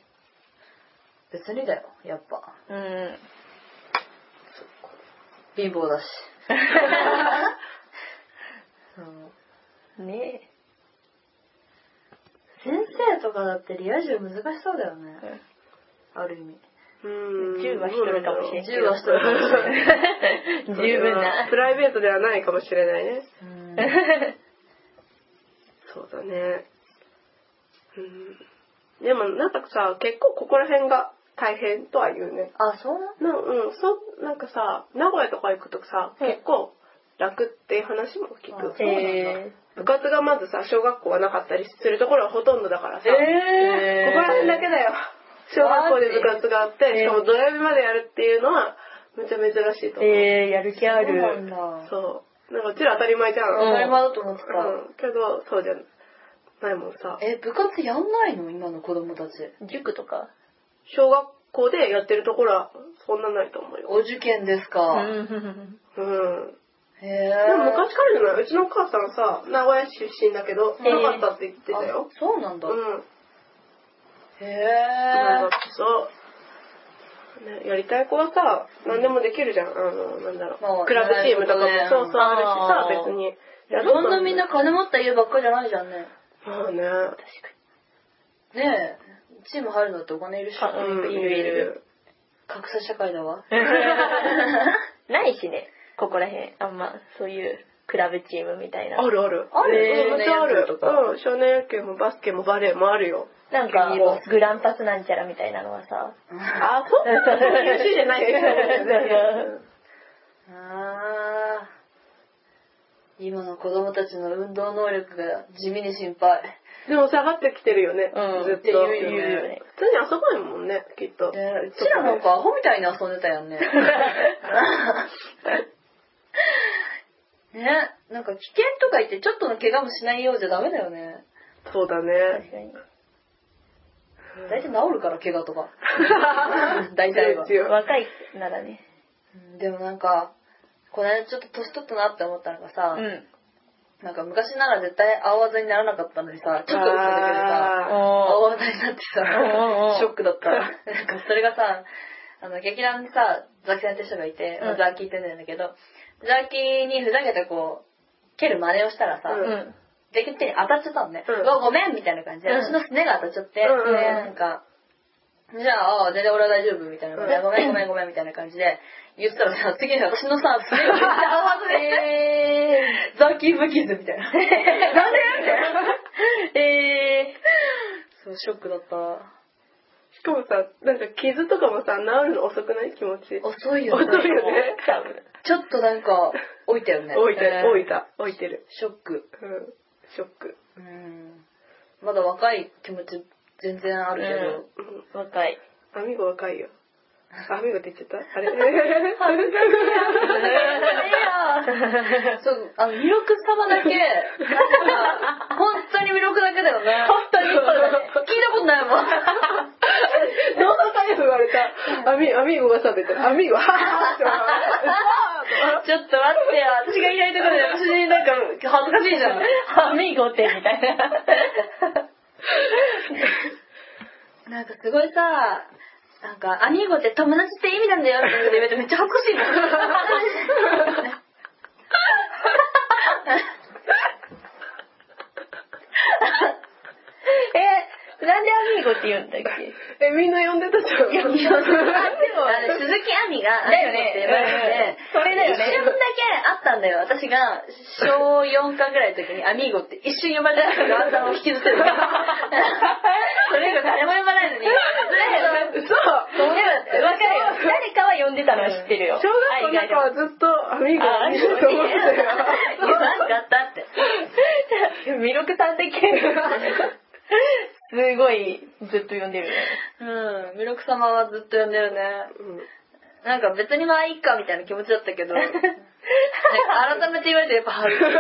Speaker 2: 別にだよ、やっぱ。
Speaker 4: うん。
Speaker 2: 貧乏だし。そう
Speaker 4: ね
Speaker 2: 先生とかだってリア充難しそうだよね。
Speaker 4: え。
Speaker 2: ある意味。
Speaker 3: うん。
Speaker 4: 銃は一人かもしれん
Speaker 2: 銃はしとるかもしれない。
Speaker 4: 十分な
Speaker 3: プ。ライベートではないかもしれないね。
Speaker 2: うん
Speaker 3: そうだね。うん。でもなんかさ、結構ここら辺が大変とは言うね。
Speaker 2: あ、そうなの
Speaker 3: なうん、そ、なんかさ、名古屋とか行くとさ、
Speaker 4: うん
Speaker 3: 結構楽っていう話も聞
Speaker 2: あ
Speaker 3: く。
Speaker 2: そうなんだ
Speaker 4: え
Speaker 3: 部活がまずさ、小学校はなかったりするところはほとんどだからさ、
Speaker 2: え
Speaker 3: こ
Speaker 2: ー
Speaker 3: こら辺だけだよ。小学校で部活があっ
Speaker 4: ジ
Speaker 3: て、しかも土曜日までやるっていうのは、めちゃ珍しいと思
Speaker 4: ー、
Speaker 3: う。
Speaker 4: えー、やる気あ
Speaker 2: そうなん
Speaker 4: る。
Speaker 2: だ。
Speaker 3: そう。なんかうちら当たり前じゃん。
Speaker 2: 当
Speaker 3: うん。
Speaker 2: たり前だと思ってた。
Speaker 3: けど、そうじゃないもんさ。
Speaker 2: え、部活やんないの今の子供たち。
Speaker 4: 塾とか
Speaker 3: 小学校でやってるところはそんなないと思うよ。
Speaker 2: お受験ですか。
Speaker 4: うん。
Speaker 3: うん。
Speaker 2: へ
Speaker 3: で
Speaker 2: え。
Speaker 3: も昔からじゃないうちのお母さんさ、名古屋市出身だけど、
Speaker 4: へー
Speaker 3: なかったって言ってたよ。
Speaker 2: あそうなんだ。
Speaker 3: うん。
Speaker 2: へ
Speaker 3: なんか
Speaker 2: え。
Speaker 3: そう。ね、やりたい子はさ、何でもできるじゃん。あの、なんだろ
Speaker 2: まあ
Speaker 3: う。クラブチームとかも
Speaker 2: 習い事ね
Speaker 3: そうそうある
Speaker 4: あ
Speaker 3: し
Speaker 4: ー
Speaker 3: さ、別に。
Speaker 2: そんなみんな。金持った家ばっかじゃないじゃんね。
Speaker 3: まあね。
Speaker 2: ねえ。チーム入るのってお金いるし。
Speaker 4: あうんいるいる。
Speaker 2: 格差社会だ わ。
Speaker 4: ないしね、ここら辺。あんま、そういうクラブチームみたいな。
Speaker 3: あるある。
Speaker 2: ある
Speaker 3: うんめっちゃある。
Speaker 2: 少年野球とか
Speaker 3: うん。少年野球もバスケもバレーもあるよ。
Speaker 4: なんかこう、グランパスなんちゃらみたいなのはさ、
Speaker 3: あ、そうなの ?UFC じゃないよ。
Speaker 2: あー今の子供たちの運動能力が地味に心配。
Speaker 3: でも下がってきてるよね。
Speaker 4: うん
Speaker 3: ずっと。
Speaker 2: っていうよね
Speaker 3: 普通に遊ばないもんね、きっと。
Speaker 2: ねうちらなんかアホみたいに遊んでた よね。ねなんか危険とか言ってちょっとの怪我もしないようじゃダメだよね。
Speaker 3: そうだ
Speaker 4: 確
Speaker 3: ね。
Speaker 4: かに。
Speaker 2: 大体治るから怪我とか。 大体は。
Speaker 3: 強い。
Speaker 4: 若いならね。
Speaker 2: うんでもなんか、この間ちょっと年取ったなって思ったのがさ、
Speaker 4: ん。
Speaker 2: な
Speaker 4: なん
Speaker 2: んか昔なら絶対青技にならなかったのにさ、ちょっと打つだけでさ、
Speaker 3: あ
Speaker 2: 大
Speaker 4: おー。
Speaker 2: 技になってさ
Speaker 4: うんうんうん、
Speaker 2: ショックだった。なんかそれがさ、あの、劇団にさ、ザキさんって人がいて、
Speaker 4: うん
Speaker 2: ザーキーって言うんだけど、ザーキーにふざけてこう、蹴る真似をしたらさ、
Speaker 3: うん
Speaker 4: うん。
Speaker 2: ザーキーの手に当たっちゃったのね。
Speaker 3: うん
Speaker 2: うわ、ごめんみたいな感じで、
Speaker 4: うん
Speaker 2: 私のすねが当たっちゃって、
Speaker 3: うんうんうん
Speaker 2: で、なんか、じゃあ、ああ全然俺は大丈夫みたいな。
Speaker 3: うん
Speaker 2: ごめんごめんごめんみたいな感じで、言ってたらさ、次の日私のさ、すねがめっちゃ合わせて、ザーキー無傷みたいな。なんでみたいな。
Speaker 4: え
Speaker 2: そう、ショックだった。
Speaker 3: しかもさ、なんか傷とかもさ、治るの遅くない気持ち。
Speaker 2: 遅いよ
Speaker 3: 遅
Speaker 2: ね。
Speaker 3: いよね。
Speaker 2: ちょっとなんか、置いたよね。
Speaker 3: 置いてる、置い
Speaker 2: た。
Speaker 3: た、置いてる。
Speaker 2: ショック。
Speaker 3: うん。ショック。
Speaker 2: うん。まだ若い気持ち全然あるけど。
Speaker 3: うん。
Speaker 4: 若い。
Speaker 3: アミゴ若いよ。あアミゴって言っちゃったあれ
Speaker 2: そう、あの、魅力様 だけ、なんか、本当に魅力だけだよね。本当にそうだね。 聞いたことないもん。
Speaker 3: どうさよ言われた。アミ、アミゴがさ、って言ったら、アミゴ、はぁはぁって
Speaker 2: ちょっと待ってよ。私がいないところ で、私になんか、恥ずかしいじ ゃん。
Speaker 4: ハミゴテみたい な。
Speaker 2: なんかすごいさ、なんか、アミーゴって友達って意味なんだよって言ってめっちゃ恥ずかしい の。
Speaker 4: え、なんでアミーゴって言うんだっけ
Speaker 3: え、みんな呼んでたじゃん。
Speaker 4: いやいや
Speaker 3: うん
Speaker 4: あ
Speaker 2: 鈴木亜美が、
Speaker 4: だよね
Speaker 2: アミーゴって呼ばれてて、
Speaker 4: うんそれだよね
Speaker 2: 一瞬だけあったんだよ。私が、小4巻ぐらいの時にアミーゴって一瞬呼ばれたから、ワンダを引きずってる。 それ以外誰も呼ばないのに。だけど、
Speaker 3: 嘘
Speaker 4: でも、わかるよ。誰かは呼んでたのは知ってるよ。
Speaker 3: 小学校の中はずっとアミゴ、アミゴと 思ってたよ。
Speaker 2: 何かあったって。
Speaker 4: ミルクさん的すごい、ずっと呼んでるね。
Speaker 2: うん、弥勒様はずっと呼んでるね。
Speaker 3: うん
Speaker 2: なんか別にまあいいかみたいな気持ちだった けど、なんか改めて言われてやっぱ恥ず かしい。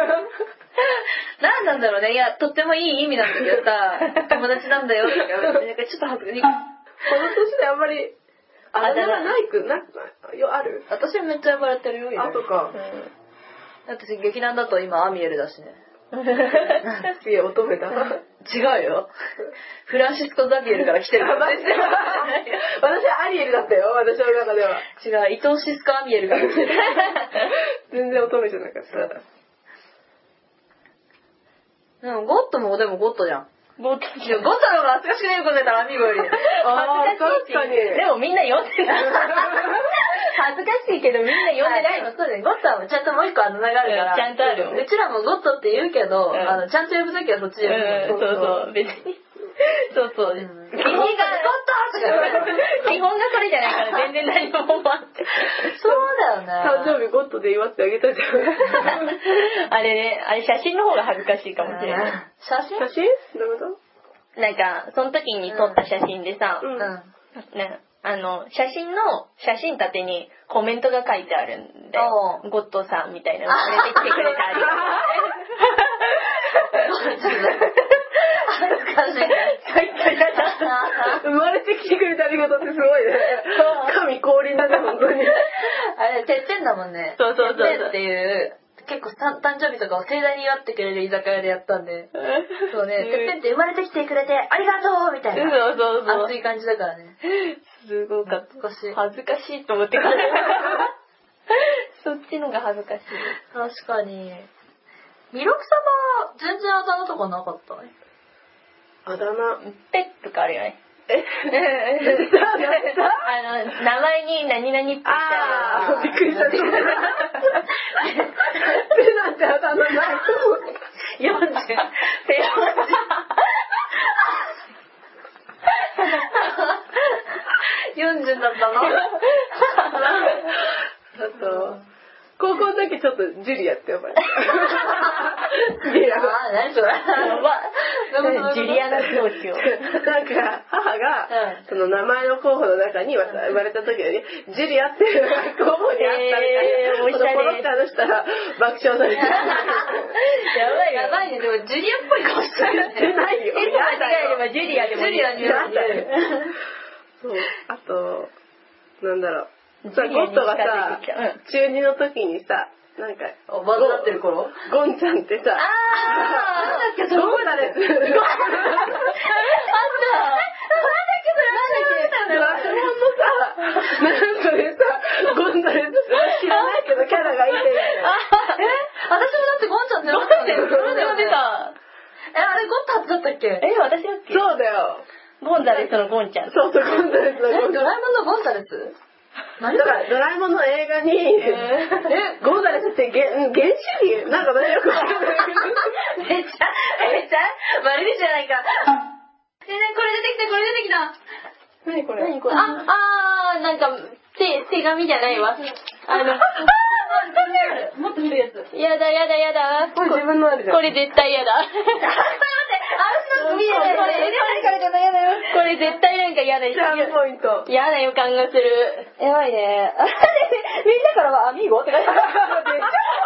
Speaker 2: 何なんだろうね。いや、とってもいい意味なんだけどさ、友達なんだよとか言われて、なんかちょっと恥ずかしい。
Speaker 3: この年であんまり、あだ名がないく、な、なよ、ある
Speaker 2: 私めっちゃ呼ばれてるよ。いろ
Speaker 3: あ
Speaker 2: い、ろ
Speaker 3: とか。
Speaker 2: 私劇団だと今アミエルだし ね。
Speaker 3: いや、乙女だ。
Speaker 2: 違うよ。フランシスコ・ザビエルから来てる。
Speaker 3: 私はアリエルだったよ、私の中では。
Speaker 2: 違う、伊藤シスコ・アミエルから来てる。
Speaker 3: 全然乙女じゃなかった。
Speaker 2: でもゴッドもでもゴッドじゃん。
Speaker 4: ボート
Speaker 2: いやゴッドの方が恥ずかしくないよ、こんなやったらアミーゴより。
Speaker 3: あ
Speaker 2: 恥
Speaker 3: ー
Speaker 2: ずかしいって
Speaker 3: 確かに。
Speaker 4: でもみんな呼んで ない。恥ずかしいけどみんな
Speaker 2: 呼
Speaker 4: 呼
Speaker 2: ん
Speaker 4: ん
Speaker 2: で
Speaker 4: で
Speaker 2: な
Speaker 4: ないい
Speaker 2: の
Speaker 4: の。
Speaker 2: そうだね。ゴッドはちゃんともう一個あだ名があるから。
Speaker 4: うんちゃんとある
Speaker 2: うちらもゴッドって言うけど、
Speaker 4: うん
Speaker 2: あの、ちゃんと呼ぶときはそっちで呼ぶ
Speaker 4: うん、そうそう、別に。そうそう。基本が、基本がそ れじゃないから全然何も思わんって。
Speaker 2: そうだよ
Speaker 3: 誕
Speaker 2: ね。
Speaker 3: 生日ゴッドで祝ってあげたじゃん。
Speaker 4: あれね、あれ写真の方が恥ずかしいかもしれない。
Speaker 2: 写真
Speaker 3: 写真どういうこ
Speaker 4: なんか、その時に撮った写真でさ
Speaker 3: と、うん。
Speaker 2: うん。
Speaker 4: ね、あの、写真の、写真立てにコメントが書いてあるんで
Speaker 2: お、
Speaker 4: ゴッドさんみたいなの連れてきてくれたり。
Speaker 2: 恥ずかしい。
Speaker 3: 生まれてきてくれてありがとうってすごいね。神降臨だね、本当に。
Speaker 2: あれ、てっぺんだもんね。
Speaker 4: そうそうそうそう
Speaker 2: てっぺんっていう、結構さ誕生日とかを盛大に祝ってくれる居酒屋でやったんで。そうね、てっぺんって生まれてきてくれてありがとうみたい
Speaker 4: そう
Speaker 2: な。
Speaker 4: そうそう
Speaker 2: 熱。い感じだからね。
Speaker 4: すごかっ
Speaker 2: 恥ずかしい
Speaker 4: た。。恥ずかしいと思ってからそっちのが恥ずかしい。
Speaker 2: 確かに。弥勒様、全然あだ名とかなかったね。
Speaker 3: あだ名。
Speaker 4: ペップかあるよ ね。
Speaker 3: え
Speaker 4: あの、名前に何々ってした
Speaker 3: あー、 びっくりした。ペなんてあだ名ない
Speaker 4: 40。ペ
Speaker 2: 40だったの。
Speaker 3: あと、高校の時ちょっとジュリアって呼ばれた。ジュリア。
Speaker 2: ああ、何それ。
Speaker 4: ジュリアナ教師を。
Speaker 3: なんか母が
Speaker 2: うん
Speaker 3: その名前の候補の中に生まれた時にジュリアっていう候補にあったみたい
Speaker 4: へ
Speaker 3: な
Speaker 4: ーおしゃれ
Speaker 3: そのポロって話したら爆笑された
Speaker 2: やばいやばいね。でも、ジュリアっぽい顔して
Speaker 3: 出
Speaker 2: るね。
Speaker 3: ないよ
Speaker 2: いつ間違えれば
Speaker 4: ジュリア
Speaker 2: ジュ
Speaker 4: で
Speaker 2: リアになる。
Speaker 3: そうあとなんだろう
Speaker 4: ジ
Speaker 3: さ
Speaker 4: ュリア
Speaker 3: ゴ
Speaker 4: に
Speaker 3: ッドが
Speaker 4: 近づ
Speaker 3: さ
Speaker 4: いてきた
Speaker 3: 中
Speaker 4: うん
Speaker 3: 二の時にさなんか
Speaker 2: おばずなってる頃
Speaker 3: ゴンちゃんってさ
Speaker 2: あー
Speaker 3: ゴンザレス日本のさ、なんかねさ、ゴンザレス知らないけどキャラがいてみたいな。
Speaker 2: 私もだってゴンちゃんって呼ばれてる。
Speaker 4: 出た。
Speaker 2: え、あれゴンタツだったっけ
Speaker 4: え、私だっけ
Speaker 3: そうだよ。
Speaker 4: ゴンザレスのゴンちゃん。
Speaker 3: そうそう、ゴンザレスの
Speaker 2: え
Speaker 3: ゴン
Speaker 2: ドラえもんのゴンタレス何
Speaker 3: だ
Speaker 2: そ
Speaker 3: から、
Speaker 2: れ
Speaker 3: ドラえもんの映画に、え、ゴンザレスって原原始人なんかねよくわかんないけど。
Speaker 2: めっちゃ、めっちゃ、悪いじゃないか。え、ねこれ出てきた、これ出てきた。
Speaker 3: 何これ
Speaker 2: 何これ
Speaker 4: あ、あー、なんか、手、手紙じゃないわ。あの、
Speaker 5: もっと見るやつ。
Speaker 4: やだやだやだ。
Speaker 3: これ自分のあるじゃん。
Speaker 4: これ絶対や だ。あんな見えない。これ、これ絶対なんか嫌だ。
Speaker 3: じゃあ
Speaker 4: 嫌
Speaker 3: ポイント。
Speaker 4: な予感がする。
Speaker 2: やばいね。 あれみんなからはアミーゴって書いてある。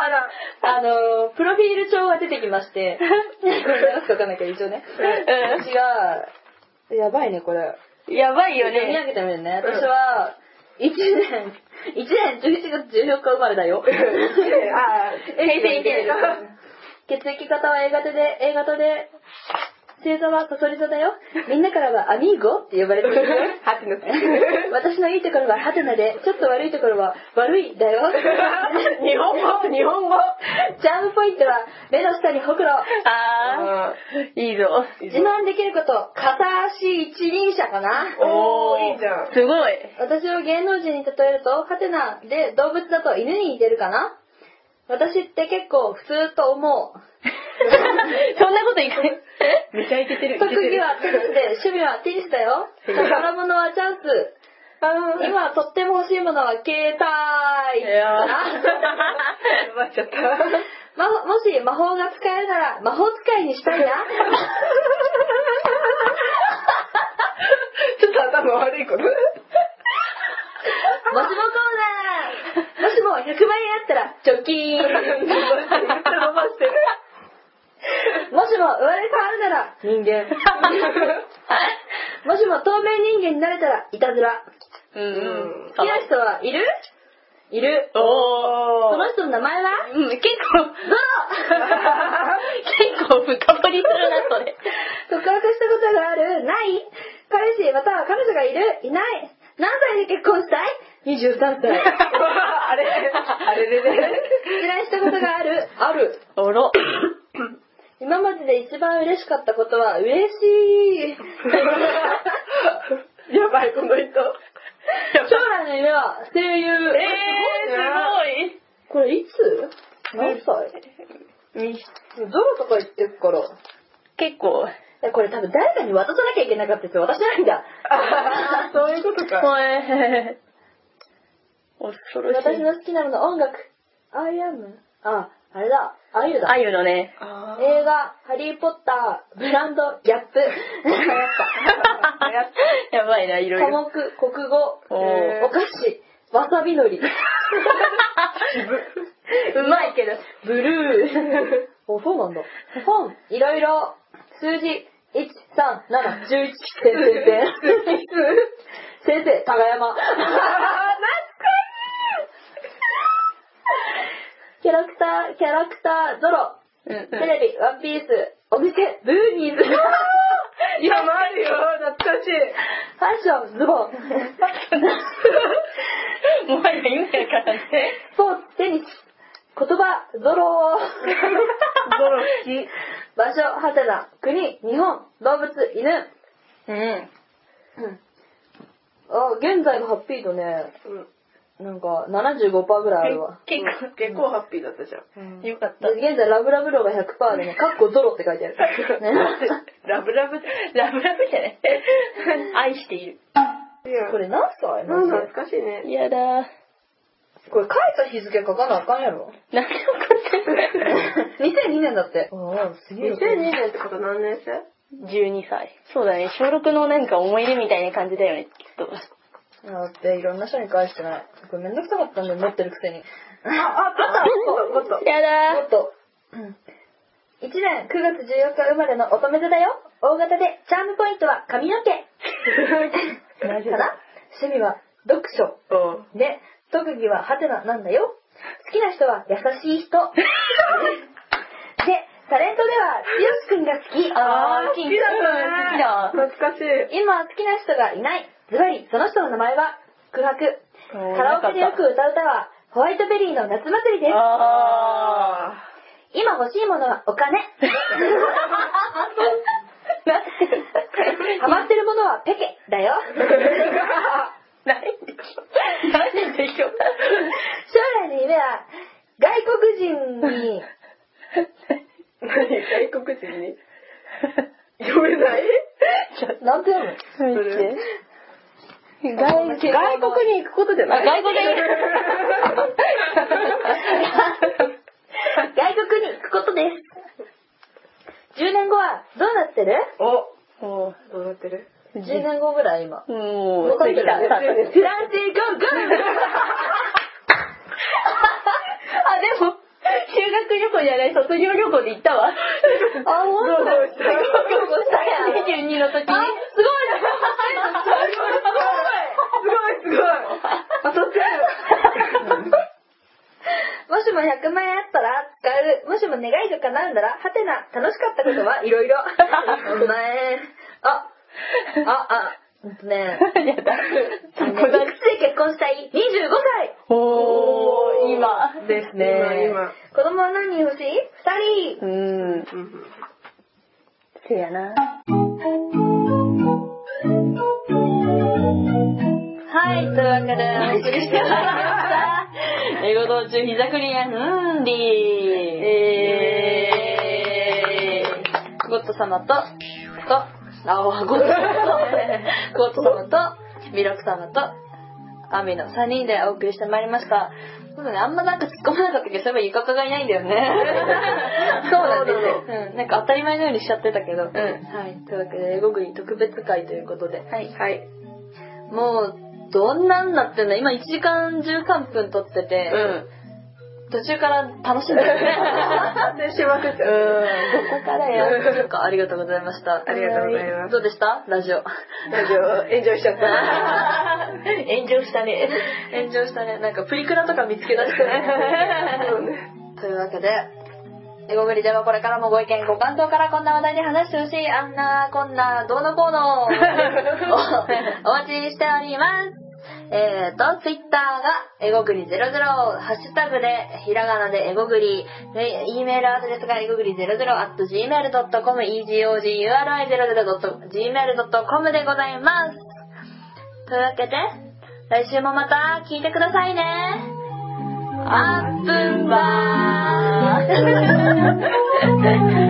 Speaker 3: あら。
Speaker 4: あの、プロフィール帳が出てき まして。
Speaker 2: これ何すかわかんないけど、一応ね。私が、やばいね、これ。
Speaker 4: やばいよ
Speaker 2: 読み上
Speaker 4: ね。
Speaker 2: げてみるね。私は、1年、1年11月14日生まれだよ。
Speaker 3: あ
Speaker 4: 平成
Speaker 2: 平成血液型は A 型で、A 型で、星座はサソリ座だよ。みんなからはアミーゴって呼ばれているよ。
Speaker 3: ハテナつけ
Speaker 2: 私のいいところはハテナで、ちょっと悪いところは悪いだよ。
Speaker 3: 日本語日本語
Speaker 2: チャームポイントは、目の下にほくろ。
Speaker 4: あ
Speaker 3: あ
Speaker 4: ー、いいぞ。
Speaker 2: 自慢できること、片足一輪車かな。
Speaker 3: ーおー、いいじゃん。
Speaker 4: すごい。
Speaker 2: 私を芸能人に例えると、ハテナで動物だと犬に似てるかな私って結構普通と思う。
Speaker 4: そんなこといかない。
Speaker 3: めちゃイケてる。
Speaker 2: 特技はテニスで、趣味はテニスだよ。宝物はチャンス。今とっても欲しいものは携帯かな
Speaker 3: ばっちゃった。
Speaker 2: まもし魔法が使えるなら魔法使いにしたい な。
Speaker 3: ちょっと頭悪いこと。
Speaker 2: もしもコーナーもしも100万円あったら貯金
Speaker 3: めっちゃ伸ばしてる。
Speaker 2: もしも生まれ変わるなら人間。もしも透明人間になれたらいたずら。
Speaker 4: う
Speaker 3: うん
Speaker 2: 好きな人はいるいる。
Speaker 3: お
Speaker 2: そ
Speaker 3: ー。
Speaker 2: の人の名前は
Speaker 4: うん、結構、
Speaker 2: ゾロ
Speaker 4: 結構深掘りするな、それ。
Speaker 2: 告白したことがあるない彼氏または彼女がいるいない何歳で結婚したい ?23 歳。
Speaker 3: あれあれれれ
Speaker 2: 嫌いしたことがあるある。
Speaker 4: おろ。
Speaker 2: 今までで一番嬉しかったことは嬉しい。
Speaker 3: やばい、この人。
Speaker 2: 将来の夢は声優。
Speaker 4: えー、す
Speaker 2: これいつ何歳
Speaker 4: ごい。み
Speaker 2: ゾロとか言ってるから。
Speaker 4: 結構。
Speaker 2: えこれ多分誰かに渡さなきゃいけなかったやつ渡してないんだ。
Speaker 3: あー そういうことか。
Speaker 4: 怖い。恐ろしい。
Speaker 2: 私の好きなもの音楽。アイアムあ、あれだ。アイルだ
Speaker 4: あ。ゆのね。
Speaker 3: あ
Speaker 2: 映画、ハリーポッター、ブランド、ギャップ。
Speaker 4: やばいな、いろ
Speaker 2: 科
Speaker 4: いろ。
Speaker 2: 目、国語、
Speaker 4: お
Speaker 3: ー
Speaker 2: お菓子、わさびの り。
Speaker 4: うまいけど。
Speaker 2: ブルー。 お、そうなんだ。本、いろいろ、数字、1、3、7、11、点 点点。先生、高 山。キャラクター、キャラクター、ゾロ、
Speaker 4: うん
Speaker 2: テレビ、ワンピース、お店、ブーニー ズ、フ
Speaker 3: いや、もあるよ。懐かしい。
Speaker 2: ァッション、ズボ ン、
Speaker 4: うん。もはや夢やからね。
Speaker 2: スポーツ、テニス、言葉、ゾ
Speaker 3: ゾ
Speaker 2: ロ
Speaker 3: ロ好き。
Speaker 2: 場所、ハテナ、国、日本、動物、犬。
Speaker 4: うん。
Speaker 2: あ、現在のハッピーとね、なんか75%ぐらいあるわ。
Speaker 4: 結構、
Speaker 3: 結構ハッピーだったじゃん。
Speaker 4: よかった。
Speaker 2: で現在ラブラブローが100%でね、 カッコゾロって書いてある。ね、
Speaker 3: ラブラブ。い
Speaker 4: ラブラブじゃ ない。愛している。
Speaker 3: や
Speaker 2: これ何歳
Speaker 3: う
Speaker 2: マ
Speaker 3: ん
Speaker 2: ジで
Speaker 3: 懐かしいね。
Speaker 4: やだー。
Speaker 2: これ書いた日付書かなあかんや ろ。
Speaker 4: 何でもこれ
Speaker 2: 2002年だって。ああ、すげえ。
Speaker 3: 2002年ってこと何年生
Speaker 4: 12歳。そうだね。小6のなんか思い出みたいな感じだよね、きっと。
Speaker 2: だっていろんな人に返してない。これめんどくさかったんで持ってるくせに。
Speaker 3: あ、あったもっと。
Speaker 4: や
Speaker 2: も
Speaker 4: だ
Speaker 2: っと。1年9月14日生まれの乙女座だよ。大型でチャームポイントは髪の毛。
Speaker 3: 大丈夫
Speaker 2: かな趣味は読書。
Speaker 3: もっと。
Speaker 2: で、特技はハテナなんだよ。好きな人は優しい 人。で、タレントでは、つよしくんが好き。
Speaker 4: あー
Speaker 2: 好
Speaker 4: 好
Speaker 2: き
Speaker 4: き
Speaker 2: だ
Speaker 4: だ
Speaker 2: ね
Speaker 4: ったね
Speaker 3: 懐かしい。
Speaker 2: 今好きな人がいない。ズバリ、その人の名前は、空白。カ
Speaker 4: ー
Speaker 2: ラオケでよく歌う歌は、ホワイトベリーの夏祭りです。
Speaker 4: あ
Speaker 2: 今欲しいものはお 金。ハマってるものはペケだよ。
Speaker 4: ー。なんでなんで今
Speaker 2: 将来の夢は、外国人に、
Speaker 3: 何外国 人に読めない
Speaker 2: なんて読む
Speaker 4: 日。外
Speaker 1: 外
Speaker 4: 外国に行くことじゃない
Speaker 2: 外国 に外国に行くことです。10年後はどうなってる
Speaker 1: お
Speaker 4: も
Speaker 1: どうなってる
Speaker 2: ?10 年後ぐらい今。
Speaker 4: う、も
Speaker 2: 向こうに来た。フランスへゴーゴーあ、でも、修学旅行じゃない、卒業旅行で行ったわ。
Speaker 4: あ、もう
Speaker 2: 卒業旅行したやん。22の
Speaker 1: す
Speaker 2: 時に。すごい
Speaker 1: ごいすごい 当たって
Speaker 2: もしも100万円あったら使う。もしも願いが叶うんなら、はてな。楽しかったこと はいろいろ。100万円。あ、あ、あ、ほんとね。
Speaker 4: やだ。
Speaker 2: あのねいくつで結婚したい ?25 歳
Speaker 4: おー、今。
Speaker 1: です
Speaker 2: ね
Speaker 1: 今
Speaker 2: 子供は何人欲しい ?2 人
Speaker 4: うん。
Speaker 1: 今うん
Speaker 4: せやな。
Speaker 2: はい、というわけでお送りしてまいりました。英語道中膝クリアンディえー、ゴッド様と、と、あ、お ゴッド様と、ゴッド様と、ミロク様と、アミの3人でお送りしてまいりました。でもね、あんまなんか突っ込まなかったけど、そういえばゆかかがいないんだよね。
Speaker 1: そうなんですよ
Speaker 2: よ。うん、なんか当たり前のようにしちゃってたけ
Speaker 1: ん
Speaker 2: ど。はい、というわけで、英語国特別会ということで。はい。
Speaker 1: はい
Speaker 2: もう、どんなんなってんの今1時間13分撮って
Speaker 1: う
Speaker 2: て、
Speaker 1: ん
Speaker 2: 途中から楽しんでる ね。
Speaker 1: 反省しまくってうん
Speaker 4: ここからよ。
Speaker 2: なんかありがとうございました。
Speaker 1: ありがとうございます
Speaker 2: どうでした ラジ
Speaker 1: ラ
Speaker 2: オ。
Speaker 1: ジオエンジョイしちゃっ た
Speaker 2: 炎上したね。 炎上したね。なんかプリクラとか見つけ出し てね。というわけで、エゴグリではこれからもご意見、ご感想からこんな話題で話してほしい、あんな、こんな、どうのこうの、をお待ちしております。えーと、ツイッターが、エゴグリ00、ハッシュタグで、ひらがなでエゴグリ、で E メールアドレスがエゴグリ00、at gmail.com、egoguri00.gmail.com でございます。というわけで、来週もまた聞いてくださいね。あっぶんばー。